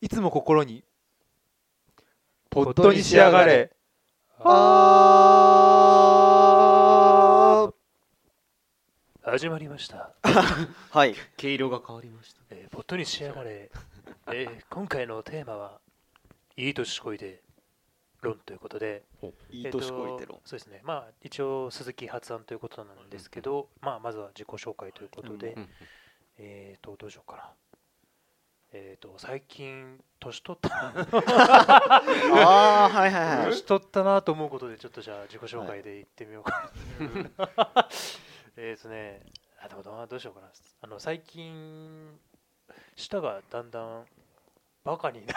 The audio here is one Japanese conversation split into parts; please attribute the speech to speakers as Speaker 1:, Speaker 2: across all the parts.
Speaker 1: いつも心にポットに仕上がれあー
Speaker 2: 始まりました。
Speaker 3: はい。
Speaker 4: 毛色が変わりました。
Speaker 2: えー、ポットに仕上がれ。えー今回のテーマは、いい年こいで論ということで、
Speaker 3: いい年こい
Speaker 2: え
Speaker 3: て
Speaker 2: ー
Speaker 3: ろ
Speaker 2: と。そうですね。まあ、一応、鈴木発案ということなんですけど、まあ、まずは自己紹介ということで、
Speaker 4: うん
Speaker 2: えっと、どうしようかな。えっ、と、最近、年取った、
Speaker 3: ああ、はいはいはい。
Speaker 2: 年取ったなと思うことで、ちょっとじゃあ、自己紹介でいってみようか な。えっとね、あ、でもどうどうしようかな。あの、最近、舌がだんだん、バカにな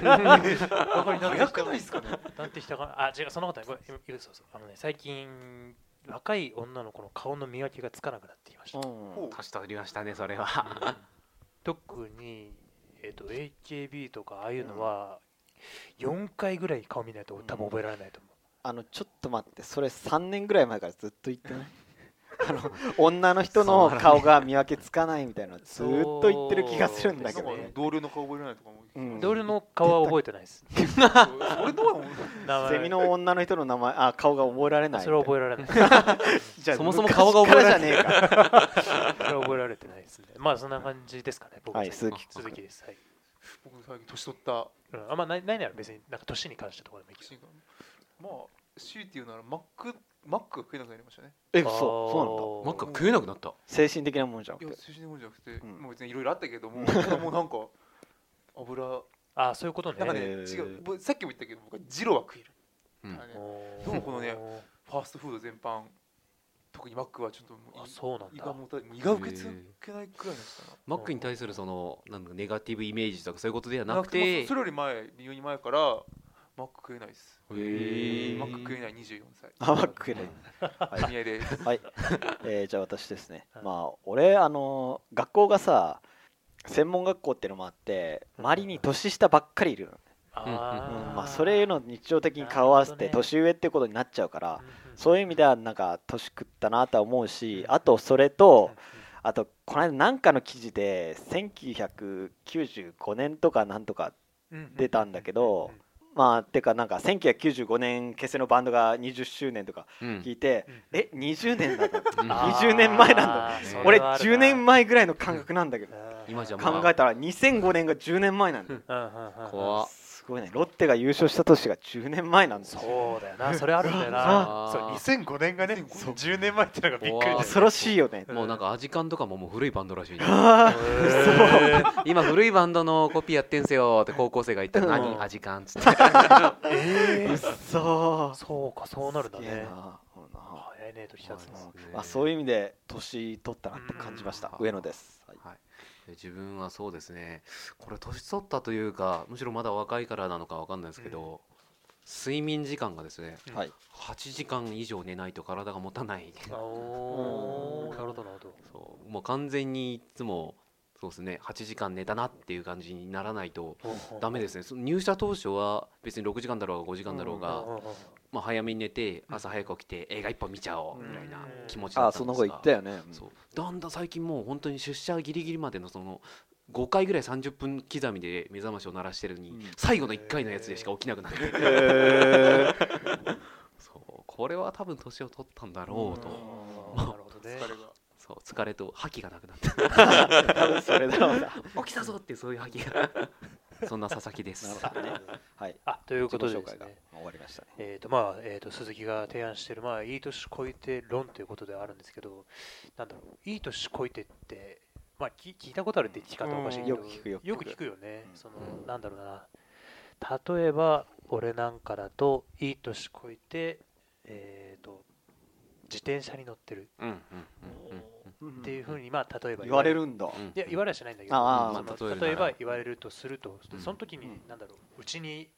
Speaker 2: バカになってきた
Speaker 4: 早くないっすかね
Speaker 2: なってきたかあ違うそんなことないごめんいるそうそうあのね最近若い女の子の顔の見分けがつかなくなってきました
Speaker 3: うん
Speaker 4: 年取りましたね、それは。
Speaker 2: 特に、えー、と AKB とかああいうのは4回ぐらい顔見ないと多分覚えられないと思う、
Speaker 3: あの、ちょっと待って、それ三年ぐらい前からずっと言ってない。 あの、女の人の顔が見分けつかないみたいな、ずーっと言ってる気がするんだけど
Speaker 2: そうで
Speaker 3: ね
Speaker 2: す。
Speaker 1: 同僚の顔覚えられないとかも
Speaker 3: うん
Speaker 2: 同僚の顔は覚えてないです
Speaker 1: 俺どうやもん
Speaker 2: 名前
Speaker 3: ゼミの女の人の名前、あ、顔が覚えられない。
Speaker 2: それは覚えられ ないそれは
Speaker 3: じゃあ
Speaker 4: そもそも顔が覚えられ
Speaker 3: 昔からじゃねえか。
Speaker 2: 覚えられてないですねまあそんな感じですかね僕
Speaker 3: はい鈴
Speaker 4: 木
Speaker 2: 鈴木です、はい
Speaker 1: 僕最近年取った
Speaker 2: うん、あんまないないなら別になんか年に関してとかでもいいけど
Speaker 1: シーンがまあ強いて言うならマックマックが食えなくなりましたね
Speaker 3: え、そう、そ
Speaker 4: マックが食えなくなった。
Speaker 3: うなんだ。精神的なものじゃん
Speaker 1: い。や寿司でもじゃなくて、
Speaker 3: ん
Speaker 1: もう別にいろいろあったけどももうなんか油
Speaker 2: なんだあそういうことね
Speaker 1: なんかね、
Speaker 3: へー
Speaker 1: 違う僕さっきも言ったけど僕はジローは食える、
Speaker 4: うん
Speaker 1: あれね
Speaker 2: おー
Speaker 1: どうもこのねファーストフード全般特にマックはちょっとも
Speaker 2: あ
Speaker 1: うい
Speaker 2: そうなん
Speaker 1: 胃
Speaker 2: だ
Speaker 1: がもた胃が受け付けないくらいでしたな
Speaker 4: マックに対するそのなんかネガティブイメージとかそういうことでは
Speaker 1: な
Speaker 4: なく
Speaker 1: くて
Speaker 4: て
Speaker 1: も、それより前微妙に前からマック食えないです
Speaker 4: へー
Speaker 1: マック食えない24歳
Speaker 3: あ、マックない。
Speaker 1: お見合いで
Speaker 3: はい、えーじゃあ私ですね、
Speaker 2: はい
Speaker 3: まあ俺あの学校がさ専門学校ってのもあって周りに年下ばっかりいるの、
Speaker 2: あー
Speaker 3: うんまあ、それへの日常的に顔を合わせ
Speaker 2: な
Speaker 3: て
Speaker 2: るほどね
Speaker 3: 年上ってことになっちゃうから、
Speaker 2: うんうん
Speaker 3: そういう意味ではなんか年食ったなとは思うしあとそれと
Speaker 2: う
Speaker 3: あとこの間なんかの記事で1995年とかなんとか
Speaker 2: んうんうん
Speaker 3: 出たんだけどまあてかなんか1995年結成のバンドが20周年とか
Speaker 4: うん
Speaker 3: 聞いて、
Speaker 2: うん
Speaker 3: え20年な んだ
Speaker 4: うん
Speaker 2: あー
Speaker 3: 20年前なんだ
Speaker 2: あーそれ
Speaker 3: 俺
Speaker 2: はあるな
Speaker 3: 10年前ぐらいの感覚なんだけど
Speaker 4: 今じゃ
Speaker 3: 考えたら2005年が10年前なんだよ
Speaker 2: うんうんうんうん
Speaker 4: 怖っ
Speaker 3: すごいねロッテが優勝した年が10年前なんですよ
Speaker 2: そうだよなそれあるんだよ
Speaker 4: あ
Speaker 2: な
Speaker 4: ー
Speaker 2: そう2005年がね10年前ってのがびっくりだよ
Speaker 4: 怖っ
Speaker 3: 恐ろしいよね
Speaker 4: もうなんかアジカンとかももう古いバンドらしいね。
Speaker 3: あ
Speaker 2: へー
Speaker 4: 今古いバンドのコピーやってんすよって高校生が言ったら
Speaker 3: うん
Speaker 4: 何アジカンっつって。
Speaker 2: え
Speaker 3: ーう
Speaker 2: ー
Speaker 3: っ そー
Speaker 2: そうかそうなるんだ
Speaker 3: すげえ
Speaker 2: ね
Speaker 3: なそうだな
Speaker 2: 早いねときたつ
Speaker 3: そう
Speaker 2: も
Speaker 3: まあ、そういう意味で年取ったなって感じました
Speaker 4: うん
Speaker 3: 上野です、はい
Speaker 4: はい、で自分はそうですねこれ年取ったというかむしろまだ若いからなのかわかんないですけど、睡眠時間がですね
Speaker 2: うん
Speaker 3: はい
Speaker 4: 8時間以上寝ないと体が持たない
Speaker 2: おーなるほどなるほど
Speaker 4: そうもう完全にいつもそうですね8時間寝たなっていう感じにならないとダメですねその入社当初は別に6時間だろうが5時間だろうが、
Speaker 2: うんうんうんうん
Speaker 4: まあ、早めに寝て朝早く起きて映画一本見ちゃおうみたいな気持ちだ
Speaker 3: あ
Speaker 4: っ
Speaker 3: あ
Speaker 4: た
Speaker 3: そ
Speaker 4: んで
Speaker 3: の
Speaker 4: す
Speaker 3: 方
Speaker 4: が
Speaker 3: 言ったよね、うん
Speaker 4: そうだんだん最近もう本当に出社ギリギリまでのその5回ぐらい30分刻みで目覚ましを鳴らしてるのに、
Speaker 3: うん
Speaker 4: 最後の1回のやつでしか起きなくなって、
Speaker 3: へー
Speaker 4: そうこれは多分年を取ったんだろうと、
Speaker 2: あー
Speaker 1: ま
Speaker 2: なるほど
Speaker 1: 疲れ
Speaker 2: ね
Speaker 1: が
Speaker 4: そう疲れと覇気がなくなって
Speaker 3: 多分それだろうな
Speaker 4: 起きたぞっていうそういう覇気が そんな佐々木です
Speaker 3: なるほどねはい
Speaker 2: あということで
Speaker 3: 自己
Speaker 2: です
Speaker 3: 紹介が
Speaker 2: ね
Speaker 3: 終わりましたね
Speaker 2: えーとまあえー、と鈴木が提案している、まあ、いい年こいて論ということではあるんですけど、なんだろう、いい年こいてって、まあ、き聞いたことあるって聞き方おかしいけど、
Speaker 3: うんよく聞くよく聞く
Speaker 2: 聞くよね、その
Speaker 4: うん
Speaker 2: なんだろうな、例えば俺なんかだと、いい年こいて、えーと、自転車に乗ってる
Speaker 4: うんうんうん
Speaker 2: っていうふうに、まあ、例えば
Speaker 3: 言われるんだ、
Speaker 4: うんうん
Speaker 2: いや言われはしないんだけど、
Speaker 3: あ
Speaker 4: ー
Speaker 2: そ
Speaker 4: まあ例
Speaker 2: の
Speaker 4: えるなら
Speaker 2: 例えば言われるとすると、
Speaker 4: うん
Speaker 2: その時に
Speaker 3: うん
Speaker 2: なんだろううちに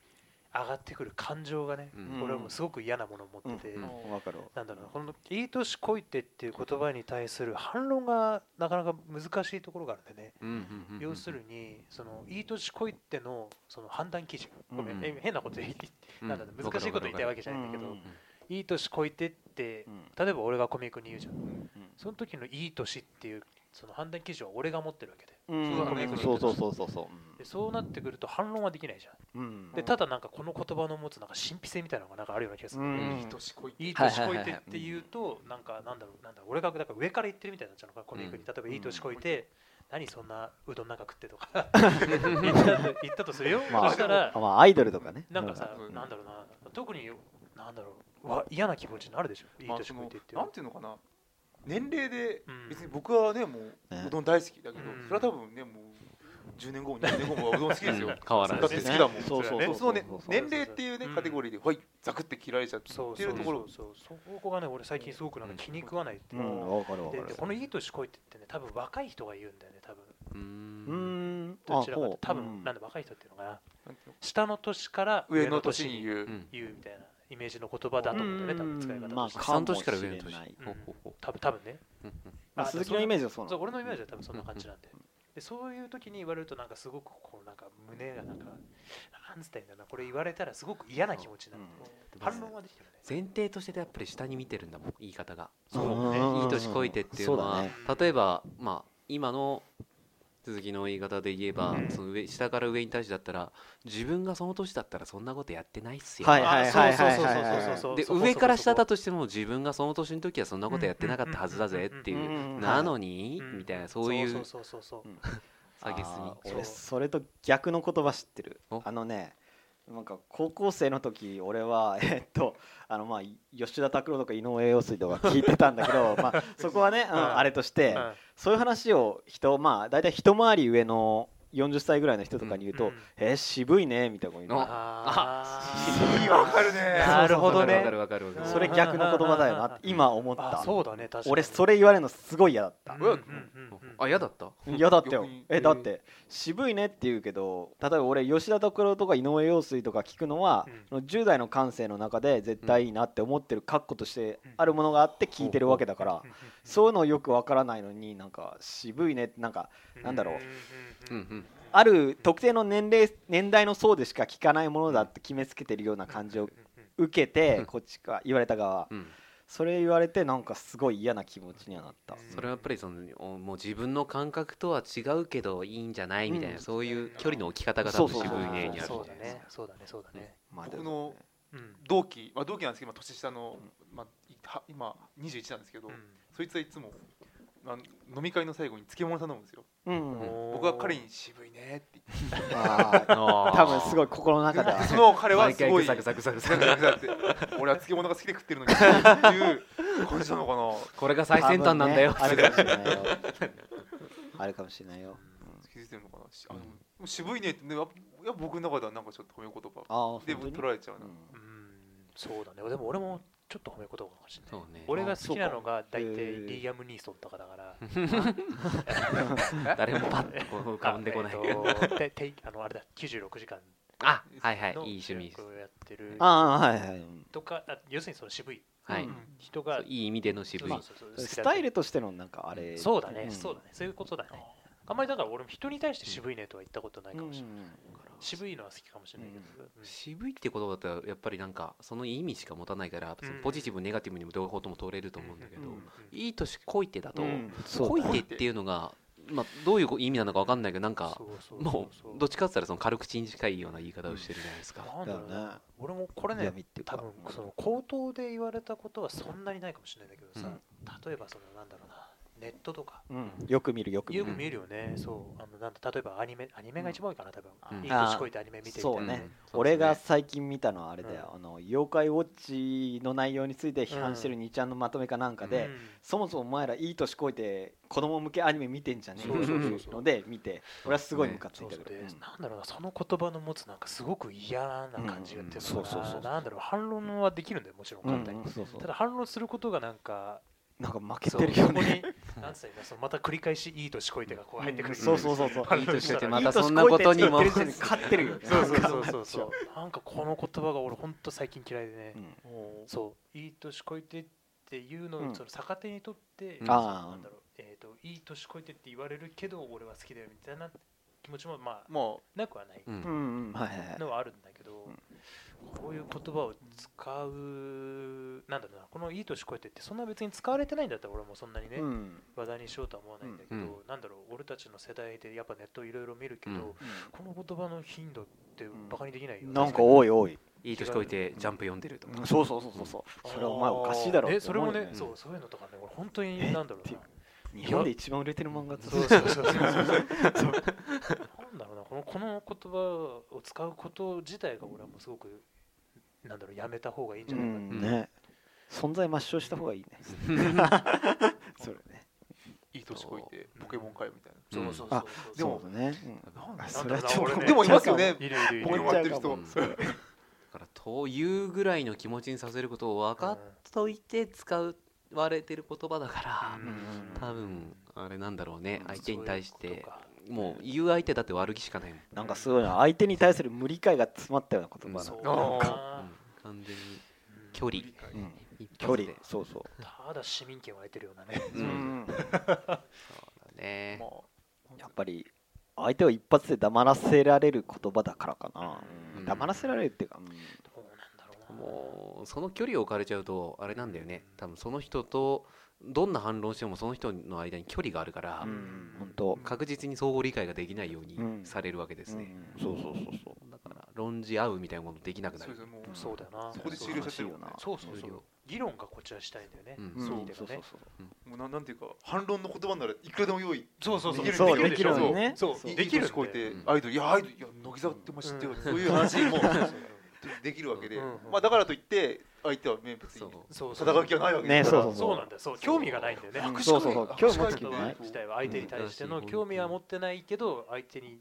Speaker 2: 上がってくる感情がね、
Speaker 4: うん
Speaker 2: 俺はもうすごく嫌なものを持ってて、
Speaker 4: うんうん
Speaker 3: わかるわ
Speaker 2: なんだろうなこの「いい年こいて」っていう言葉に対する反論がなかなか難しいところがあるんでね、
Speaker 4: うんうんうんうん
Speaker 2: 要するにその「いい年こいての」その判断基準ごめん、
Speaker 4: うん
Speaker 2: え変なこと言い、
Speaker 4: うん
Speaker 2: なんだろう難しいこと言いたいわけじゃないんだけど「
Speaker 3: うん
Speaker 2: いい年こいて」って
Speaker 3: うん
Speaker 2: 例えば俺が小宮君に言うじゃん
Speaker 3: うん
Speaker 2: その時の「いい年」っていうその判断基準は俺が持ってるわけで
Speaker 3: うん
Speaker 1: そうだね
Speaker 3: そうそうそうそうそ
Speaker 2: でそうなってくると反論はできないじゃん
Speaker 3: ううん
Speaker 2: でただなんかこの言葉の持つなんか神秘性みたいなのがなんかあるような気がする、
Speaker 3: うん
Speaker 1: うんいい年こいて
Speaker 2: いい
Speaker 3: はい
Speaker 2: 年
Speaker 3: はい
Speaker 2: こ
Speaker 3: はい
Speaker 2: い
Speaker 3: はい
Speaker 2: てって言うと、なんかなんだろうなんだろう俺がだから上から言ってるみたいになっちゃうのかこの国に例えばいい年こいて、何そんなうどんなんか食ってとか言ったと言ったとするよ、
Speaker 3: まあ
Speaker 2: そしたら
Speaker 3: あまあアイドルとかね
Speaker 2: なんかさ、
Speaker 1: うん
Speaker 2: なんだろうな特になんだろううわ嫌な気持ちになるでしょいい
Speaker 1: まあ
Speaker 2: 年
Speaker 1: そ
Speaker 2: こ
Speaker 1: の
Speaker 2: いてっていうの
Speaker 1: な
Speaker 2: は
Speaker 1: んていうのかな年齢で
Speaker 2: うん
Speaker 1: 別に僕はねもう
Speaker 3: ね
Speaker 1: うどん大好きだけど
Speaker 2: うん
Speaker 1: それは多分ねもう10年後20年後もうどん好きですよ
Speaker 4: うん変わら
Speaker 1: だ
Speaker 4: な
Speaker 1: っ
Speaker 4: い
Speaker 1: て
Speaker 4: で
Speaker 1: 好
Speaker 4: す
Speaker 1: き
Speaker 4: ね
Speaker 1: だもん
Speaker 3: そうそう
Speaker 1: ねそのね
Speaker 3: そうそう
Speaker 1: 年齢っていうね
Speaker 2: うん
Speaker 1: カテゴリーではいザクって切られちゃって
Speaker 2: そう
Speaker 1: っていうところ
Speaker 2: そうそうそうそこがね俺最近すごくなんか気に食わないって
Speaker 3: う
Speaker 2: いうか
Speaker 3: んわかるわか
Speaker 2: で
Speaker 3: る
Speaker 2: でこのいい年こいてってね多分若い人が言うんだよね多分
Speaker 4: うーん
Speaker 3: うん
Speaker 2: どちらかって
Speaker 3: あ
Speaker 2: 多
Speaker 3: ほうう
Speaker 2: 分
Speaker 3: ん
Speaker 2: なんで若い人っていうのかな
Speaker 1: なんていうの
Speaker 2: 下の年から
Speaker 1: 上の年に言
Speaker 4: う
Speaker 1: うん
Speaker 2: 言うみたいなイメージの言葉だと思うんだよね多分使い方
Speaker 3: うんま
Speaker 2: と
Speaker 3: あ
Speaker 2: して
Speaker 3: か
Speaker 4: 下の年から上の
Speaker 3: かもしれ
Speaker 4: 年
Speaker 3: ない
Speaker 2: うん
Speaker 4: ほうほうほ
Speaker 2: 多分多分ね
Speaker 4: ううんうん
Speaker 3: まあ
Speaker 2: あ
Speaker 3: 鈴木のイメージはそうな
Speaker 2: そ
Speaker 3: の
Speaker 2: う俺のイメージは多分そんな感じなんででそういう時に言われるとなんかすごくこうなんか胸がなんかなんつったらいいんだろうなこれ言われたらすごく嫌な気持ちになる反論はできてるね
Speaker 4: 前提としてやっぱり下に見てるんだもん言い方が
Speaker 2: そうね
Speaker 4: いい年こいてっていうのは
Speaker 3: そうだね
Speaker 4: 例えばまあ今の続きの言い方で言えば、
Speaker 2: うん
Speaker 4: その上下から上に対してだったら自分がその年だったらそんなことやってないっすよ、
Speaker 3: はい
Speaker 2: あ
Speaker 3: はいはいはいはい
Speaker 2: そうそうそうそうそう
Speaker 4: で
Speaker 2: そこ
Speaker 4: 上から下だ
Speaker 2: そこと
Speaker 4: しても自分がその年の時はそんなことやってなかったはずだぜってい
Speaker 3: うんうんうんうん
Speaker 4: う
Speaker 3: うん
Speaker 4: なのに
Speaker 2: うん
Speaker 4: みたいなそうい
Speaker 2: そううそうそうそう
Speaker 4: 下げす
Speaker 3: あ
Speaker 4: み
Speaker 2: そ
Speaker 3: ー
Speaker 2: う
Speaker 3: 俺それと逆の言葉知ってる
Speaker 4: お
Speaker 3: あのねなんか高校生の時俺は えっとあのまあ吉田拓郎とか井上陽水とか聞いてたんだ けどまあそこはね、う
Speaker 2: う
Speaker 3: ん
Speaker 2: ん
Speaker 3: あれとして、
Speaker 2: うん
Speaker 3: そういう話を人まあ大体一回り上の40歳ぐらいの人とかに言うと
Speaker 2: う
Speaker 3: 「
Speaker 2: ん
Speaker 3: えー渋いね」みたいなこと言うの
Speaker 2: あー
Speaker 1: いいわかるね
Speaker 2: なるほど
Speaker 4: わかる
Speaker 2: ね
Speaker 4: わかるわかるわかる
Speaker 3: それ逆の言葉だよなって今思った
Speaker 2: あそうだね確かに
Speaker 3: 俺それ言われるのすごい嫌だった
Speaker 2: うんうんうんうん
Speaker 4: あ嫌だった
Speaker 3: 嫌だったよ
Speaker 1: 逆に
Speaker 3: えだって渋いねって言うけど例えば俺吉田拓郎とか井上陽水とか聞くのは、
Speaker 2: うん
Speaker 3: その10代の感性の中で絶対いいなって思ってる括弧としてあるものがあって聞いてるわけだから、そういうのをよくわからないのになんか渋いねってなんかなんだろ
Speaker 4: う
Speaker 3: う
Speaker 4: ん
Speaker 2: ん
Speaker 4: うん
Speaker 3: ある特定の年齢年代の層でしか聞かないものだって決めつけてるような感じを受けてこっちか言われた側は
Speaker 4: うん、
Speaker 3: それ言われてなんかすごい嫌な気持ちにはなった。
Speaker 4: それはやっぱりそのおもう自分の感覚とは違うけどいいんじゃないみたいな、
Speaker 3: うん
Speaker 4: そういう距離の置き方が多分
Speaker 3: そう
Speaker 4: 渋
Speaker 3: そう
Speaker 4: いねにある
Speaker 2: そうだねそうだねそうだね
Speaker 3: まあ
Speaker 1: 僕の
Speaker 2: うん
Speaker 1: 同期まあ同期なんですけど今年下のまあいは今21なんですけどそいつはいつもなん飲み会の最後に漬物頼むんですよ
Speaker 3: でもねうん、
Speaker 1: 僕は彼に渋いねって言
Speaker 3: あー多
Speaker 4: 多
Speaker 3: 分すごい心の中では
Speaker 1: ってその彼は
Speaker 4: 毎
Speaker 1: す
Speaker 4: 回
Speaker 1: ご
Speaker 4: グ
Speaker 1: い
Speaker 4: サグサグサグ
Speaker 1: ザ
Speaker 4: サ
Speaker 1: クザクザクって俺は漬物が好きで食ってるのにっていう感じなのかな
Speaker 4: これが最先端なんだよ、
Speaker 3: 多分ねあるかもしれないよあるかもしれないよ
Speaker 1: 気づいてるのかなしあのでも渋いねってねやっぱやっぱ僕の中ではなんかちょっと褒め言葉
Speaker 3: ああ
Speaker 1: で
Speaker 3: 本当に
Speaker 1: 取られちゃう
Speaker 3: う
Speaker 1: な、
Speaker 3: ん
Speaker 2: うんそうだねでも俺もちょっと褒め言葉かもしれない
Speaker 4: そうね
Speaker 2: 俺が好きなのが大
Speaker 3: あそう
Speaker 2: 体
Speaker 3: か
Speaker 2: リアム・ニーソンとか だから
Speaker 4: 誰もパッとこう浮かんでこ ない
Speaker 2: あえっとててあのあれだ96時間
Speaker 4: あはいはいいい
Speaker 2: の
Speaker 4: 趣味です
Speaker 2: をやってる
Speaker 3: ああはいはいうん
Speaker 2: とかあ要するにその渋い
Speaker 4: はい、
Speaker 1: うん
Speaker 2: 人が
Speaker 4: いい意味での渋い、
Speaker 2: そうそうそう好きだ
Speaker 3: スタイルとしてのなんかあれ
Speaker 2: そうだね、
Speaker 3: ん
Speaker 2: そうだねそういうことだねあんまりだから俺も人に対して渋いねとは言ったことないかもしれない、渋いのは好きかもしれないけど、うん
Speaker 4: 渋いって言葉だったらやっぱりなんかその意味しか持たないから、その
Speaker 2: うん
Speaker 4: ポジティブネガティブにも両方とも取れると思うんだけど、
Speaker 3: うん
Speaker 4: いい年こいてだと、
Speaker 3: うんそう
Speaker 4: こい
Speaker 3: だね
Speaker 4: てっていうのが、まあ、どういう意味なのかわかんないけどなんか
Speaker 2: そうそう
Speaker 4: も
Speaker 2: そうう
Speaker 4: どっちかって言ったらその軽口に近いような言い方をしてるじゃないですか、
Speaker 2: なんだろう
Speaker 3: だよ
Speaker 2: ね
Speaker 3: ね
Speaker 2: 俺もこれね
Speaker 3: 闇っていうか
Speaker 2: 多分その口頭で言われたことはそんなにないかもしれないんだけどさ、
Speaker 4: うん
Speaker 2: 例えばそのなんだろうなネットとか
Speaker 3: うんよく見るよく見
Speaker 2: よく
Speaker 3: る
Speaker 2: 見るよね、そうあのなんだ例えばアニメアニメが一番多いかな多分、
Speaker 4: うん
Speaker 2: いい年こいてアニメ見てみたいな
Speaker 3: そう
Speaker 4: うん
Speaker 3: ね
Speaker 4: そうです
Speaker 3: 俺が最近見たのはあれだよあの妖怪ウォッチの内容について批判してる2ちゃんのまとめかなんか
Speaker 2: う
Speaker 3: で
Speaker 2: ん
Speaker 3: そもそもお前らいい年こいて子供向けアニメ見てんじゃねえよ
Speaker 4: そうそう
Speaker 2: そうそう
Speaker 3: ので見て俺はすごいムカつい
Speaker 2: そう
Speaker 3: たけ
Speaker 2: そう
Speaker 3: ど
Speaker 2: で、
Speaker 3: うん
Speaker 2: なんだろうなその言葉の持つなんかすごく嫌な感じがって
Speaker 3: うんうんそうそうそう
Speaker 2: なんだろう反論はできるんだよもちろん簡単に、
Speaker 3: うんうんそうそう
Speaker 2: ただ反論することがなんか
Speaker 3: なんか負けてるよ
Speaker 2: そこ
Speaker 3: ね
Speaker 2: になんつったらいいんだそのまた繰り返しいい年こいてがこう入ってくる、
Speaker 3: そうそうそ うそう
Speaker 4: いい年こいてま
Speaker 3: い
Speaker 4: た
Speaker 3: い年
Speaker 4: そんなことにも
Speaker 3: こいてって言ってる時点で勝ってるよね
Speaker 2: そうそうそうそうそうなんかこの言葉が俺ほんと最近嫌いでね、
Speaker 3: うん
Speaker 1: も
Speaker 2: そういい年こいてっていうのを、
Speaker 3: うん
Speaker 2: その逆手にとって、
Speaker 4: うん
Speaker 2: その
Speaker 3: あー
Speaker 2: なんだろうえっ、といい年こいてって言われるけど俺は好きだよみたいな気持ちもまあ
Speaker 1: うま
Speaker 2: なくはない
Speaker 4: うん
Speaker 3: うんうんはいはいはい
Speaker 2: のはあるんだけど、こういう言葉を使うなんだろうなこのいい年越えてってそんな別に使われてないんだったら俺もそんなにね、
Speaker 3: うん
Speaker 2: 話題にしようとは思わないんだけど、
Speaker 4: うん
Speaker 2: なんだろう俺たちの世代でやっぱネットいろいろ見るけど、
Speaker 4: うん
Speaker 2: この言葉の頻度ってバカにできないよ、
Speaker 3: なんか多
Speaker 2: い
Speaker 3: い多い、
Speaker 4: いい年こいてジャンプ読んでるとか、
Speaker 3: うんそうそうそうそうそうそれお前おかしいだろって
Speaker 2: ね、それも
Speaker 3: 思う
Speaker 2: ね
Speaker 3: よ、
Speaker 4: ね
Speaker 2: そうそういうのとかね俺本当に
Speaker 3: え
Speaker 2: なんだろう
Speaker 3: って
Speaker 2: な
Speaker 3: 日本で一番売れてる漫画って
Speaker 2: そうそうそうそうそうなんだろうなこのこの言葉を使うこと自体が俺はもうすごくなんだろうやめた方がいいんじ
Speaker 3: う
Speaker 2: ゃないかな、
Speaker 4: うん
Speaker 3: んね存在抹消した方がいいねそれね
Speaker 1: いい年こいてポケモンかよみたいな
Speaker 4: うん
Speaker 2: そうそうそうそう
Speaker 1: でも
Speaker 3: そうね
Speaker 2: なんだろ
Speaker 3: あ
Speaker 2: う
Speaker 3: それはちょっ
Speaker 2: 俺
Speaker 3: と
Speaker 1: でもいますよね
Speaker 2: いるいるいる
Speaker 1: ポケモンやってる人、
Speaker 4: うんだからというぐらいの気持ちにさせることを分かっといて使われてる言葉だから、
Speaker 2: うん
Speaker 4: 多分あれなんだろうね
Speaker 2: うん
Speaker 4: 相手に対し
Speaker 2: そういう
Speaker 4: て
Speaker 2: ことか
Speaker 4: もう言う相手だって悪気しかないもん、
Speaker 3: うんなんかすごいな相手に対する無理解が詰まったような言葉
Speaker 4: そ
Speaker 3: な
Speaker 4: う
Speaker 2: だな
Speaker 1: なん
Speaker 4: うん完全に
Speaker 2: うん
Speaker 4: 距離
Speaker 3: うん
Speaker 4: 一発で
Speaker 3: 距離そうそう
Speaker 2: ただ市民権を得てるようなね
Speaker 4: うん
Speaker 3: うん
Speaker 4: そうだね、
Speaker 1: ま
Speaker 3: やっぱり相手を一発で黙らせられる言葉だからかな、
Speaker 4: うん
Speaker 3: 黙らせられるっていうか、うん
Speaker 2: どうなんだろうな
Speaker 4: もうその距離を置かれちゃうとあれなんだよね多分その人とどんな反論してもその人の間に距離があるから、
Speaker 3: うん本当
Speaker 4: 確実に相互理解ができないように
Speaker 3: うん
Speaker 4: されるわけですね、
Speaker 3: うんそうそうそうそう
Speaker 4: だから論じ合うみたいなことできな
Speaker 1: あ
Speaker 4: くな
Speaker 1: そうで
Speaker 4: る
Speaker 1: すねもう
Speaker 3: うん
Speaker 2: そうだよな
Speaker 1: そこで終了しちゃっ
Speaker 3: そうらしい
Speaker 1: てる
Speaker 3: よな
Speaker 2: そうそうそ
Speaker 4: 終
Speaker 2: う
Speaker 4: 了
Speaker 2: 議論がこっちらしたいんだよね、
Speaker 4: うん
Speaker 3: うん
Speaker 2: そう
Speaker 3: そう
Speaker 2: だよね
Speaker 3: そうそう
Speaker 1: もうななんていうか反論の言葉ならいくらでも用意
Speaker 2: そうそうそう
Speaker 3: そう
Speaker 1: で
Speaker 3: で
Speaker 1: き
Speaker 3: き
Speaker 1: る
Speaker 3: る
Speaker 1: ん
Speaker 3: の
Speaker 1: で
Speaker 3: にね
Speaker 2: そう
Speaker 1: いい
Speaker 2: できる
Speaker 1: 年こいて
Speaker 4: うん
Speaker 1: アイドルいやアイドルいや乃木坂ってお前知ってるよ、
Speaker 2: うん
Speaker 1: そういう話もできるわけで、
Speaker 2: うん
Speaker 1: まあだからといって相手は名別
Speaker 4: そう
Speaker 1: に
Speaker 2: そう
Speaker 1: 戦う気はないわけですから
Speaker 3: ね
Speaker 2: そうなんだよそう興味がないんだよね
Speaker 3: うん
Speaker 2: 握手
Speaker 3: そうそうそう
Speaker 1: 握手
Speaker 3: 興味
Speaker 1: 会
Speaker 3: 持つ気
Speaker 1: と
Speaker 3: も
Speaker 1: か
Speaker 3: ない
Speaker 2: 自体は相手に対しての興味は持ってないけど相手に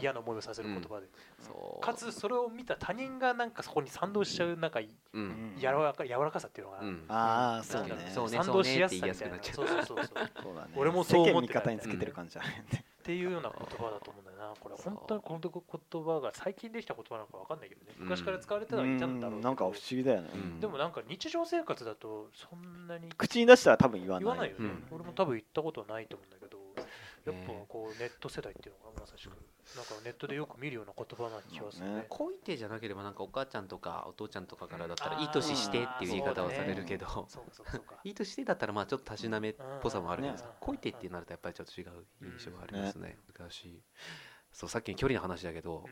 Speaker 2: 嫌な思いをさせる言葉で、
Speaker 4: そう
Speaker 2: かつそれを見た他人がなんかそこに賛同しちゃうなんかい
Speaker 4: うん
Speaker 2: 柔らか柔らかさっていうのが、
Speaker 4: うん
Speaker 3: ああそう
Speaker 2: なん
Speaker 3: ね
Speaker 2: だろう
Speaker 4: そうね
Speaker 2: 賛同しやすさみ
Speaker 4: そ
Speaker 2: た
Speaker 4: う
Speaker 2: いな
Speaker 4: ねって言いやすく
Speaker 2: そうそうそうそうっ
Speaker 3: そうだね
Speaker 2: 俺もそう思ってた
Speaker 3: 世間味方につけてる感じあるよね、
Speaker 2: ていうような言葉だと思うんだよなこれ本当にこの言葉が最近できた言葉なのかわかんないけどね
Speaker 4: うん
Speaker 2: 昔から使われて
Speaker 3: う
Speaker 2: はい
Speaker 3: ん
Speaker 2: たんだろうけど
Speaker 3: なんか不思議だよね、
Speaker 4: うん
Speaker 2: でもなんか日常生活だとそんなに
Speaker 3: 口に出したら多分言わない
Speaker 2: 言わないよね、
Speaker 4: うん
Speaker 2: 俺も多分言ったことはないと思うんだけどやっぱ
Speaker 4: ね
Speaker 2: こうネット世代っていうのがまさしくなんかネットでよく見るような言葉な気がするね
Speaker 3: ね
Speaker 4: 恋手じゃなければなんかお母ちゃんとかお父ちゃんとかからだった
Speaker 2: あ
Speaker 4: ら
Speaker 2: ー
Speaker 4: いい年してっていう言い方をされるけど、
Speaker 2: そうかそうかそうか
Speaker 4: いい年してだったらまあちょっとたしなめっぽさもあるけどさ、
Speaker 2: うんうん
Speaker 4: 恋手ってなるとやっぱりちょっと違う印象がありますね,、難しいそうさっきの距離の話だけど、
Speaker 2: うん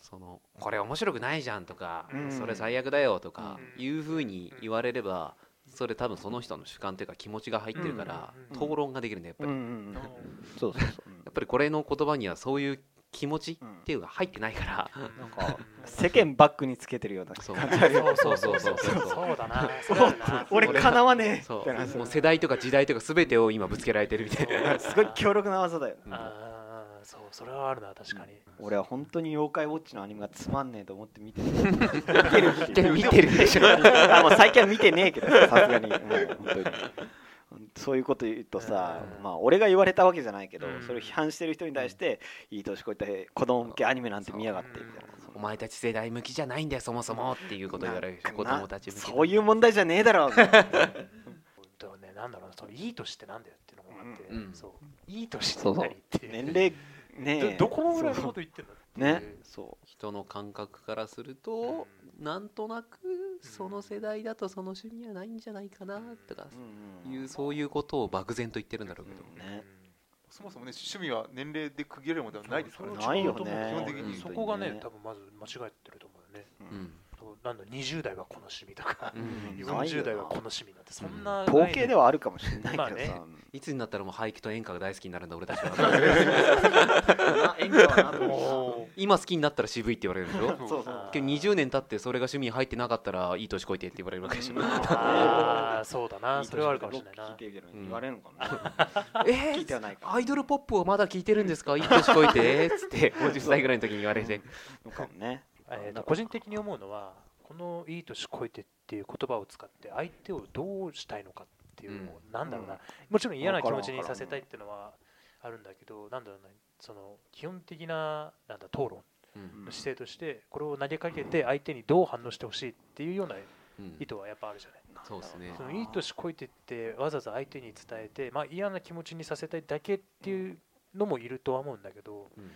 Speaker 4: そのこれ面白くないじゃんとか、
Speaker 2: うん
Speaker 4: それ最悪だよとか
Speaker 2: うん
Speaker 4: いうふうに言われればそれ多分その人の主観というか気持ちが入ってるから、
Speaker 2: うん
Speaker 4: 討論ができるんだよやっぱ
Speaker 3: う
Speaker 4: り、
Speaker 3: んう
Speaker 4: や
Speaker 3: んうん
Speaker 2: あ
Speaker 3: そうそうそう、うん
Speaker 4: っぱりこれの言葉にはそういう気持ちっていうのが入ってない から、
Speaker 2: ーうん
Speaker 3: なん
Speaker 2: う
Speaker 3: か
Speaker 2: ん
Speaker 3: 世間バックにつけてるような
Speaker 4: そう
Speaker 3: 感じ
Speaker 4: そうそうそうそうそう
Speaker 2: そうだなそうだな
Speaker 3: 俺かなわねえみ
Speaker 4: そ
Speaker 3: たいな
Speaker 4: うもう世代とか時代とか全てを今ぶつけられてるみたいな。
Speaker 3: すごい強力な技だよね
Speaker 4: うん
Speaker 2: あーそうそれはあるな確かに、
Speaker 3: 俺は本当に妖怪ウォッチのアニメがつまんねえと思って見てる見てるっていう
Speaker 4: 見てるでしょ。
Speaker 3: あもう最近は見てねえけどささすがにもう本当にそういうこと言うとさ、
Speaker 2: うん
Speaker 3: まあ、俺が言われたわけじゃないけど、
Speaker 2: うん
Speaker 3: それを批判してる人に対して、いい年こいて子供向けアニメなんて見やがってみたいな
Speaker 2: うん
Speaker 3: その
Speaker 4: お前たち世代向きじゃないんだよそもそもっていうことを言われるでしょ子供たち向き。
Speaker 3: そういう問題じゃねえだろ
Speaker 2: でもねなんだろうなそのいい年ってなんだよっていうのもあって、
Speaker 4: うん
Speaker 2: そういい年って何っていう
Speaker 3: 年齢ねえ
Speaker 2: どどこのぐらいのこと言ってんだって
Speaker 3: そうねそう
Speaker 4: 人の感覚からすると、なんとなくその世代だとその趣味はないんじゃないかなとか
Speaker 3: う、ん
Speaker 4: いうそういうことを漠然と言ってるんだろうけど。
Speaker 2: うん
Speaker 3: ね
Speaker 1: そもそもね趣味は年齢で区切れるものではないですからね
Speaker 3: そうないよね
Speaker 2: 基本的
Speaker 4: うん
Speaker 2: にそこがね
Speaker 3: ね
Speaker 2: 多分まず間違えてると思うよね
Speaker 3: う
Speaker 4: うんん
Speaker 2: そうなんだ20代はこの趣味とか
Speaker 4: うん
Speaker 3: うんないよ
Speaker 2: 40
Speaker 3: な
Speaker 2: 代はこの趣味なんてそんな
Speaker 3: 統計で
Speaker 2: は
Speaker 3: はあるかもしれないけど
Speaker 2: まあね
Speaker 3: さ、
Speaker 4: いつになったらもう俳句と演歌が大好きになるんだ俺たち は
Speaker 3: まあ演歌はなと思
Speaker 2: お
Speaker 4: 今好きになったら渋いって言われるでしょ
Speaker 3: うそうそう
Speaker 2: あー
Speaker 4: けど20年経ってそれが趣味に入ってなかったらいい年こいてって言われるわけでしょ
Speaker 2: あーそうだなそれはあるかもしれない
Speaker 3: ロッ
Speaker 2: な
Speaker 3: ク聞いてみたい
Speaker 4: うん
Speaker 3: な言われるのか な、
Speaker 4: え
Speaker 3: 聞いてはないから
Speaker 4: アイドルポップをまだ聞いてるんですかいい年こいてつって50歳ぐらいの時に言われて
Speaker 3: のかもね
Speaker 2: えーと個人的に思うのはこの「いい年こいて」っていう言葉を使って相手をどうしたいのかっていうのを、なんだろうな、
Speaker 3: うん
Speaker 2: もちろん嫌な
Speaker 3: わ
Speaker 2: 気
Speaker 3: からん
Speaker 2: 持ちにさせたいっていうのはあるんだけどなんだろうなその基本的ななんだ討論
Speaker 4: うん
Speaker 2: の姿勢としてこれを投げかけて相手にどう反応してほしいっていうような
Speaker 4: うん
Speaker 2: 意図はやっぱあるじゃない。
Speaker 4: そうですね
Speaker 2: そのいい年こいてってわざわざ相手に伝えて、まあ、嫌な気持ちにさせたいだけっていうのもいるとは思うんだけど、
Speaker 4: うん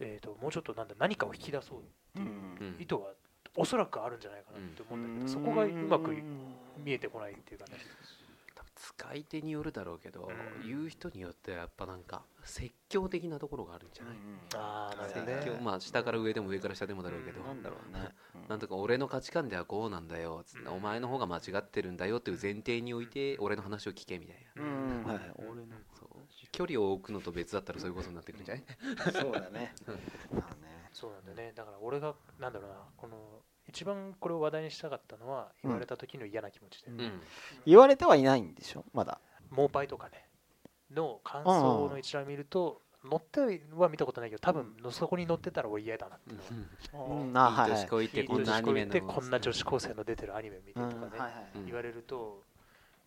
Speaker 2: えー、ともうちょっとなんだ何かを引き出そう
Speaker 3: うん
Speaker 4: うん
Speaker 2: 意図はおそらくあるんじゃないかなって思うんだけど、
Speaker 3: うん
Speaker 2: そこがうまくい見えてこないっていうかね
Speaker 4: 多分使い手によるだろうけど、
Speaker 2: うん
Speaker 4: 言う人によってはやっぱなんか説教的なところがあるんじゃない、
Speaker 2: ああなるほど
Speaker 4: 説教
Speaker 2: ね
Speaker 4: まあ下から上でも上から下でもだろうけど、
Speaker 2: うん
Speaker 3: なんだろうね。
Speaker 4: なんとか俺の価値観ではこうなんだよつって
Speaker 2: うん
Speaker 4: お前の方が間違ってるんだよっていう前提において俺の話を聞けみたいな、
Speaker 3: うん、はい、
Speaker 4: 俺のそう距離を置くのと別だったらそういうことになってくるんじゃない
Speaker 3: そうだね。まあね。
Speaker 2: そうなんだよねだから俺がなんだろうなこの一番これを話題にしたかったのは言われた時の嫌な気持ちで、
Speaker 3: うん
Speaker 4: うん
Speaker 3: 言われてはいないんでしょ、まだ。
Speaker 2: モーパイとかねの感想の一覧見ると乗っては見たことないけど多分のそこに乗ってたら俺嫌だなっていうのは
Speaker 3: うん、
Speaker 1: あ
Speaker 3: あ、
Speaker 4: い
Speaker 3: はいい、は
Speaker 4: 年
Speaker 3: い。
Speaker 4: こいてこんなアニメ
Speaker 2: いい
Speaker 4: の
Speaker 2: 年こいてこんな女子高生の出てるアニメ見て
Speaker 3: う
Speaker 2: とかね、
Speaker 3: んはいは
Speaker 4: うん
Speaker 2: 言われると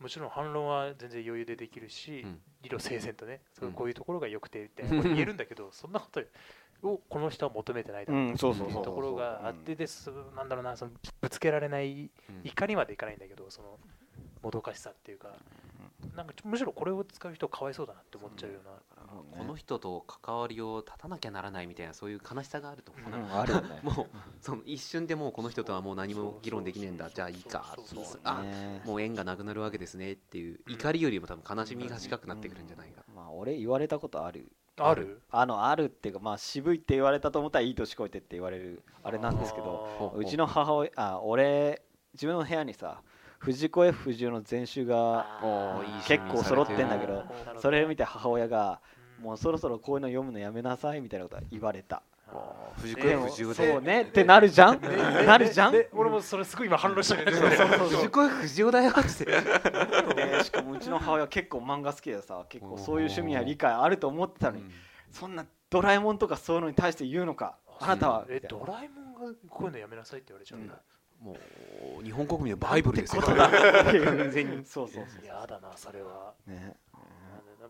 Speaker 2: もちろん反論は全然余裕でできるし、
Speaker 4: うん
Speaker 2: 理路整然とね、そ
Speaker 4: う
Speaker 2: う
Speaker 4: ん
Speaker 2: こういうところが良くてってこれ言えるんだけ どそんなことをこの人は求めてないだ
Speaker 3: い。う、
Speaker 2: ろうん
Speaker 3: そう
Speaker 2: って
Speaker 3: そう
Speaker 2: い
Speaker 3: そうう。
Speaker 2: ところがあっ
Speaker 3: う
Speaker 2: て
Speaker 3: ん
Speaker 2: ですなんだろうなそのぶつけられない
Speaker 4: うん
Speaker 2: 怒りまでいかないんだけどそのもどかしさっていうかなんかちょむしろこれを使う人かわいそうだなって思っちゃうような
Speaker 4: この人と関わりを断たなきゃならないみたいなそういう悲しさがあると思うな、
Speaker 3: うん、ある よね。
Speaker 4: もうその一瞬でもうこの人とはもう何も議論できねえんだ
Speaker 2: そう
Speaker 4: じゃあいいか
Speaker 2: そうそう
Speaker 4: あ
Speaker 3: ね
Speaker 4: もう縁がなくなるわけですねっていう
Speaker 2: うん
Speaker 4: 怒りよりも多分悲しみが近くなってくるんじゃないか、
Speaker 3: まあ、俺言われたことある。
Speaker 2: ある
Speaker 3: あの、あるっていうか、まあ、渋いって言われたと思ったら、いい年こいてって言われる。あれなんですけど。
Speaker 2: あー
Speaker 3: うちの母親、あ、俺、自分の部屋にさ。藤子 F 不二雄の全集が
Speaker 4: お
Speaker 2: あ
Speaker 4: ーいい
Speaker 3: 結構揃ってんだ
Speaker 2: な
Speaker 3: けど
Speaker 2: るほど
Speaker 3: それを見て母親が
Speaker 2: うん
Speaker 3: もうそろそろこういうの読むのやめなさいみたいなことは言われた
Speaker 2: あ
Speaker 4: 藤
Speaker 2: 子
Speaker 4: 子
Speaker 3: で
Speaker 4: F
Speaker 3: も
Speaker 4: 不二雄
Speaker 3: そう
Speaker 4: で
Speaker 3: ねってなるじゃん
Speaker 2: ーで
Speaker 3: なるじゃん
Speaker 2: でで俺もそれすごい今反論してる
Speaker 4: 藤子 F 不二雄だよって
Speaker 3: でしかもうちの母親結構漫画好きでさ結構そういう趣味や理解あると思ってたのにそんなドラえもんとかそういうのに対して言うのかあなたは
Speaker 2: え
Speaker 3: みたいな
Speaker 2: ドラえもんがこういうのやめなさいって言われちゃうんだ、
Speaker 4: もう日本国民のバイブルですよ
Speaker 3: 完全にそうそうそ
Speaker 2: やだなそれは
Speaker 3: うね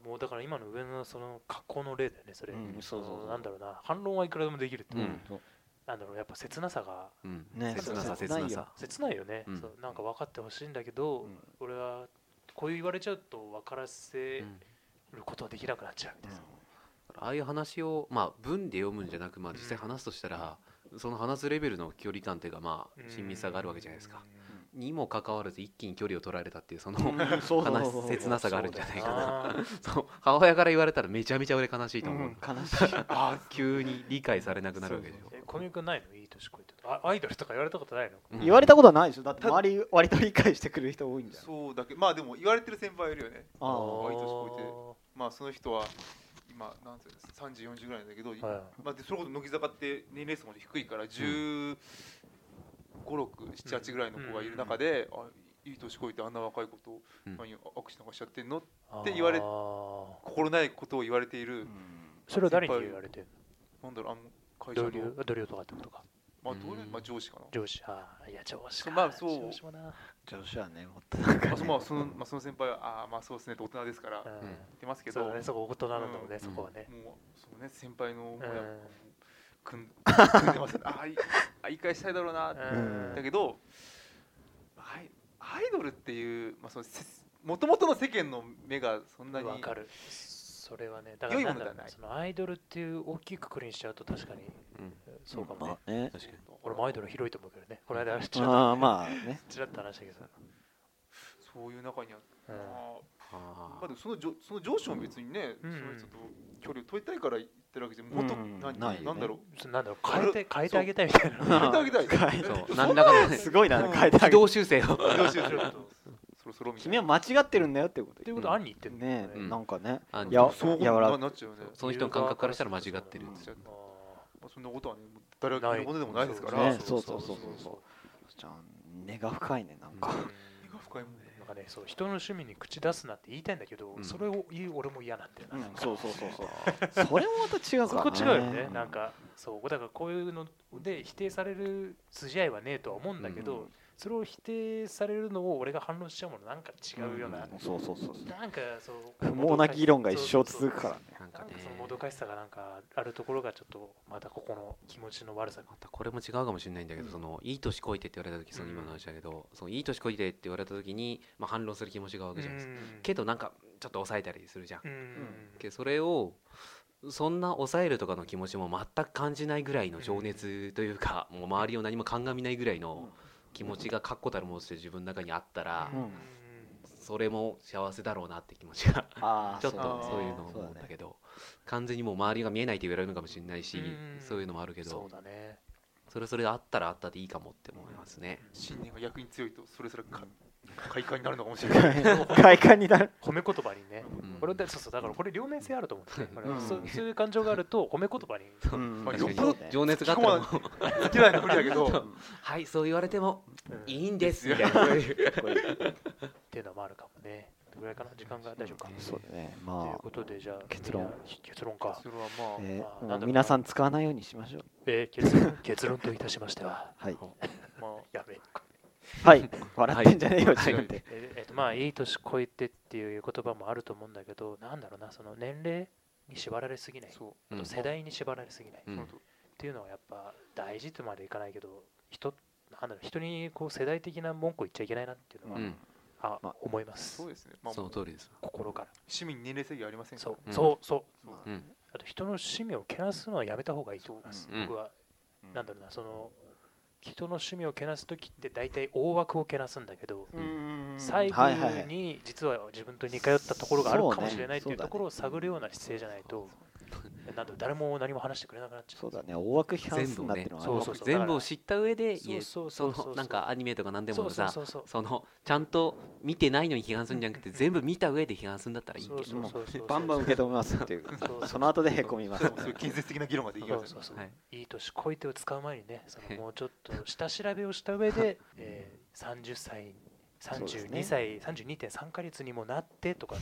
Speaker 2: もうだから今の上のその格好の例だよねそれ、
Speaker 3: うんそうそうそう
Speaker 2: のなんだろうな反論はいくらでもできるって、
Speaker 4: うん
Speaker 2: なんだろうやっぱ切なさが
Speaker 4: うん
Speaker 3: ね
Speaker 4: 切なさ
Speaker 3: 切
Speaker 4: 切
Speaker 3: ないよ
Speaker 4: なさ
Speaker 2: 切ないよね、
Speaker 4: うん
Speaker 2: そうなんか分かってほしいんだけど、
Speaker 3: うん
Speaker 2: 俺はこう言われちゃうと分からせ
Speaker 4: うん
Speaker 2: ることはできなくなっちゃうみたいな、
Speaker 4: ああいう話を、まあ、文で読むんじゃなく、まあ、実際話すとしたら、その話すレベルの距離感っていうか、まあ、親密さがあるわけじゃないですか。にもかかわらず一気に距離を取られたっていうその
Speaker 3: うんそうそうそう
Speaker 4: 悲
Speaker 3: そう
Speaker 4: し切なさがあるんじゃないかな
Speaker 2: な
Speaker 4: そう母親から言われたらめちゃめちゃ俺悲しいと
Speaker 3: う
Speaker 4: 思う、
Speaker 3: ん悲しい
Speaker 4: あー急に理解されなくなるわけでしょ
Speaker 2: え小宮君ないのいい年こいてあアイドルとか言われたことないの、
Speaker 4: うん
Speaker 3: 言われたことはないでしょだって周り割と理解してくれる人多いんだよ
Speaker 1: そうだけまあでも言われてる先輩いるよね
Speaker 3: あ
Speaker 1: ー
Speaker 3: あ
Speaker 1: 割と聞こまあその人は今なんていうんですか3040ぐらいなんだけど、
Speaker 2: はい
Speaker 1: まあ、でそれこそ乃木坂って年齢層も低いから1 5 6 7 8ぐらいの子がいる中で、あいい年こいてあんな若い子と
Speaker 4: うん
Speaker 1: 何握手なんかしちゃってんのって言われ
Speaker 2: あー
Speaker 1: 心ないことを言われている、
Speaker 2: それは誰に言われてる
Speaker 1: なんだろうあの会社
Speaker 2: 同
Speaker 1: の
Speaker 2: 僚同僚とかってことか
Speaker 1: まあ同僚
Speaker 4: うん
Speaker 1: まあ、上司かな
Speaker 2: 上司ああいや上司か
Speaker 1: まあそう
Speaker 2: 上司もな
Speaker 3: 上司はねもっとなんか
Speaker 1: あそまあそのまあ、その先輩はああまあそうですねって大人ですから
Speaker 2: う
Speaker 1: 言
Speaker 2: ん
Speaker 4: うん
Speaker 1: ってますけど
Speaker 2: そうだねそこ大人なんだもんね、
Speaker 1: うん
Speaker 2: そこはね、
Speaker 1: もうそのね先輩の親
Speaker 2: うん
Speaker 1: 組ん 組んでますねああいあ言い返したいだろうなって
Speaker 3: ん
Speaker 1: だけどアイアイドルっていうまあそのもともとの世間の目がそんなに
Speaker 2: わかるそれはねだから
Speaker 1: 良い
Speaker 2: な
Speaker 1: も
Speaker 2: んだ
Speaker 1: の
Speaker 2: ろ
Speaker 1: で
Speaker 2: う
Speaker 1: はない
Speaker 2: そのアイドルっていう大きいくくりにしちゃうと確かに
Speaker 4: うん
Speaker 2: そうかもね、
Speaker 3: まあね
Speaker 4: 確かに
Speaker 2: 俺もアイドル広いと思うけどねこの間ちらっ
Speaker 3: ああまあね
Speaker 2: とちらっと話したけどさ、
Speaker 1: そういう中にあって、
Speaker 2: う
Speaker 1: ま
Speaker 2: ん
Speaker 1: あ
Speaker 4: あ
Speaker 1: まあ、でもその上その上司も別にね、
Speaker 2: うん
Speaker 1: その人と距離を取りたいから言ってるわけじゃもっと、
Speaker 3: うん
Speaker 1: 何
Speaker 3: ないよね
Speaker 1: なんだろう
Speaker 2: そうなんだろう変えて変えてあげたいみたいな
Speaker 1: 変えてあげたい
Speaker 4: ー
Speaker 3: は
Speaker 4: そう 何らかの
Speaker 3: い
Speaker 4: ね
Speaker 3: すごいな
Speaker 1: うん
Speaker 3: 変えて
Speaker 4: 軌
Speaker 3: あげる
Speaker 4: 道修正 を
Speaker 1: 上司上司上司そろそろみたい
Speaker 3: 君
Speaker 1: な
Speaker 3: は間違ってるんだよってこ と
Speaker 2: っていうことはあんに言ってるんだよ
Speaker 3: ね
Speaker 2: ね
Speaker 3: え
Speaker 4: うん
Speaker 3: なんかね
Speaker 4: あ
Speaker 3: いや
Speaker 1: そう
Speaker 3: やわら
Speaker 1: ななっちゃうよね
Speaker 4: その人の感覚からしたら間違ってる
Speaker 3: っ
Speaker 1: つって
Speaker 2: あー
Speaker 1: まあ、そんなことはねもう誰が言うものでもないですから
Speaker 3: ねそうそうそう
Speaker 2: そ
Speaker 3: じゃあ根が深いねなんか
Speaker 2: う
Speaker 1: 根が深いもんね
Speaker 2: なんかねそう人の趣味に口出すなって言いたいんだけど、
Speaker 4: うん
Speaker 2: それを言う俺も嫌なんだよな,、
Speaker 3: うんそうそうそうそう それもまた違う
Speaker 2: そ
Speaker 3: から
Speaker 2: こ違うよね、なんかそうだからこういうので否定される筋合いはねえとは思うんだけど、
Speaker 3: うん
Speaker 2: それを否定されるのを俺が反論しちゃうものなんか違うような、
Speaker 3: うんそうそうそうそ
Speaker 2: なんかそう
Speaker 3: うもうなき議論が一生続
Speaker 2: そ
Speaker 3: く
Speaker 2: う
Speaker 3: か
Speaker 2: そう
Speaker 3: らね
Speaker 4: なんか
Speaker 2: なん
Speaker 4: ね
Speaker 2: かそのもどかしさがなんかあるところがちょっとまたここの気持ちの悪さが
Speaker 4: またこれも違うかもしれないんだけど、そのいい年こいてって言われた時その今の話だけど、そのいい年こいてって言われた時に、まあ、反論する気持ちがわけじゃないですか、けどなんかちょっと抑えたりするじゃん、
Speaker 2: うん、
Speaker 4: けどそれをそんな抑えるとかの気持ちも全く感じないぐらいの情熱というか、もう周りを何も鑑みないぐらいの気持ちが確固たるものとして自分の中にあったら、
Speaker 3: うん
Speaker 4: それも幸せだろうなって気持ちが
Speaker 3: ああ
Speaker 4: ちょっと
Speaker 1: あー
Speaker 4: そういうのを
Speaker 3: そう
Speaker 4: 思っ
Speaker 3: だね
Speaker 4: たけど、完全にもう周りが見えないって言われるのかもしれないし、
Speaker 1: うん
Speaker 4: そういうのもあるけど
Speaker 2: そうだね
Speaker 4: それそれであったらあったでいいかもって思いますね。
Speaker 1: 信念が役に強いとそれそれか快感になるのかもしれな い
Speaker 3: 快感になる
Speaker 2: 褒め言葉にね
Speaker 4: うん
Speaker 2: これでそうそうだからこれ両面性あると思って、これ
Speaker 3: うん
Speaker 2: そうそういう感情があると褒め言葉に
Speaker 3: うん
Speaker 1: まあ
Speaker 4: 確かに
Speaker 1: よっぽ
Speaker 4: 情熱があったらもう
Speaker 1: 嫌いなふりだけど
Speaker 4: はいそう言われても
Speaker 2: うん
Speaker 4: いいんですみたいなそういう
Speaker 2: っていうのもあるかもね。どれぐらいかな時間が大丈夫か。
Speaker 3: そうだね
Speaker 2: という
Speaker 3: ま
Speaker 2: ことで、じゃあ、
Speaker 3: 結論
Speaker 2: みんな結論か
Speaker 1: そ。れはま
Speaker 3: あ、
Speaker 1: あ
Speaker 3: え
Speaker 2: まあなんだろ
Speaker 3: ー
Speaker 2: う
Speaker 3: もう
Speaker 2: な
Speaker 3: 皆さん使わないようにしましょう
Speaker 2: えー結論 結論といたしましては、
Speaker 3: はい
Speaker 1: まあ
Speaker 2: やべえ。
Speaker 3: はい笑ってんじゃねえよ
Speaker 4: はい
Speaker 3: 自分で
Speaker 2: えーえーとまあ、いい年超えてっていう言葉もあると思うんだけど、なんだろうな、その年齢に縛られすぎない、
Speaker 1: そう
Speaker 2: あと世代に縛られすぎない、
Speaker 4: う
Speaker 2: っ
Speaker 4: ん
Speaker 1: そのと
Speaker 2: ていうのはやっぱ大事とまでいかないけど、人なんだろう人にこう世代的な文句を言っちゃいけないなっていうのは、
Speaker 4: うん
Speaker 2: あ
Speaker 3: まあ
Speaker 2: 思います
Speaker 1: そう、ですねまあ
Speaker 4: その通りです。
Speaker 2: 心から。
Speaker 1: 市民に年齢制限ありませんから
Speaker 2: そう
Speaker 1: ね
Speaker 4: うん
Speaker 2: そうそう
Speaker 1: そう
Speaker 4: うん
Speaker 2: あと人の趣味をけなすのはやめた方がいいと思います。
Speaker 4: うん
Speaker 2: 僕は、
Speaker 1: うん
Speaker 2: なんだろうな、その人の趣味をけなすときって大体大枠をけなすんだけど、細
Speaker 3: はいはいは
Speaker 2: 部
Speaker 3: い
Speaker 2: に実は自分と似通ったところがあるかもしれないって
Speaker 3: そう
Speaker 2: い
Speaker 3: ね
Speaker 2: うところを探るような姿勢じゃないと、なんだろう誰も何も話してくれなくなっちゃ
Speaker 3: そうだね大枠批判するなっていうのは
Speaker 2: 全部をね
Speaker 3: あるか
Speaker 2: そ
Speaker 3: も
Speaker 2: うそう
Speaker 4: 全部を知った上で
Speaker 2: そうそう
Speaker 4: そ
Speaker 2: そうそう
Speaker 4: のなんかアニメとか何
Speaker 2: う。
Speaker 4: で
Speaker 2: そ
Speaker 4: も
Speaker 2: う
Speaker 4: さ
Speaker 2: そうそう
Speaker 4: そのちゃんと見てないのに批判するんじゃなくて全部見た上で批判するんだったらいいけ
Speaker 2: そう
Speaker 4: ど
Speaker 2: そうそうそう
Speaker 3: バンバン受け止めますっていう
Speaker 2: そうそう
Speaker 3: その後でへこみま
Speaker 1: そ
Speaker 3: す
Speaker 1: うそういう建設的な議論ができ
Speaker 2: そ
Speaker 1: ま
Speaker 2: う
Speaker 1: す
Speaker 2: そ
Speaker 1: よ
Speaker 2: う
Speaker 1: ね
Speaker 2: そう
Speaker 4: はい
Speaker 2: いい年こいてを使う前にね、そ
Speaker 4: へ
Speaker 2: のもうちょっと下調べをした上で、えー、30歳、
Speaker 3: そうで
Speaker 2: 32
Speaker 3: す
Speaker 2: 歳、32.3ヶ月にもなってとか、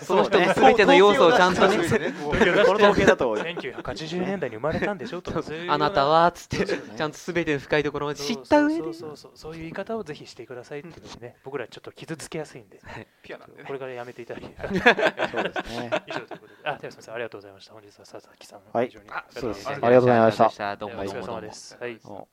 Speaker 4: その人の全ての要素をちゃんとね
Speaker 1: そうですね
Speaker 3: こ の統計だと
Speaker 2: 1980年代に生まれたんでしょとか、そういうよう
Speaker 4: あなたはっつって
Speaker 3: そうね
Speaker 4: ちゃんと全ての深いところまで
Speaker 2: そう
Speaker 4: 知った上で
Speaker 2: そうそうそうそうそういう言い方をぜひしてくださいっていうのでね、僕らちょっと傷つけやすいんで、
Speaker 1: ピュアなんでね
Speaker 2: これからやめていた だきたい。
Speaker 3: そうですね
Speaker 2: 以上ということで、あ、ではすみません、ありがとうございました。本日は佐々木さん、
Speaker 3: はい
Speaker 2: 非常に
Speaker 1: あ
Speaker 2: ありがとうございま
Speaker 1: そうです
Speaker 2: し
Speaker 1: ね
Speaker 2: た
Speaker 3: ありがとうございま
Speaker 4: ありがとうございましたどうもどうもどう
Speaker 2: お疲れ
Speaker 3: した
Speaker 4: も
Speaker 2: 様です。はい。
Speaker 3: お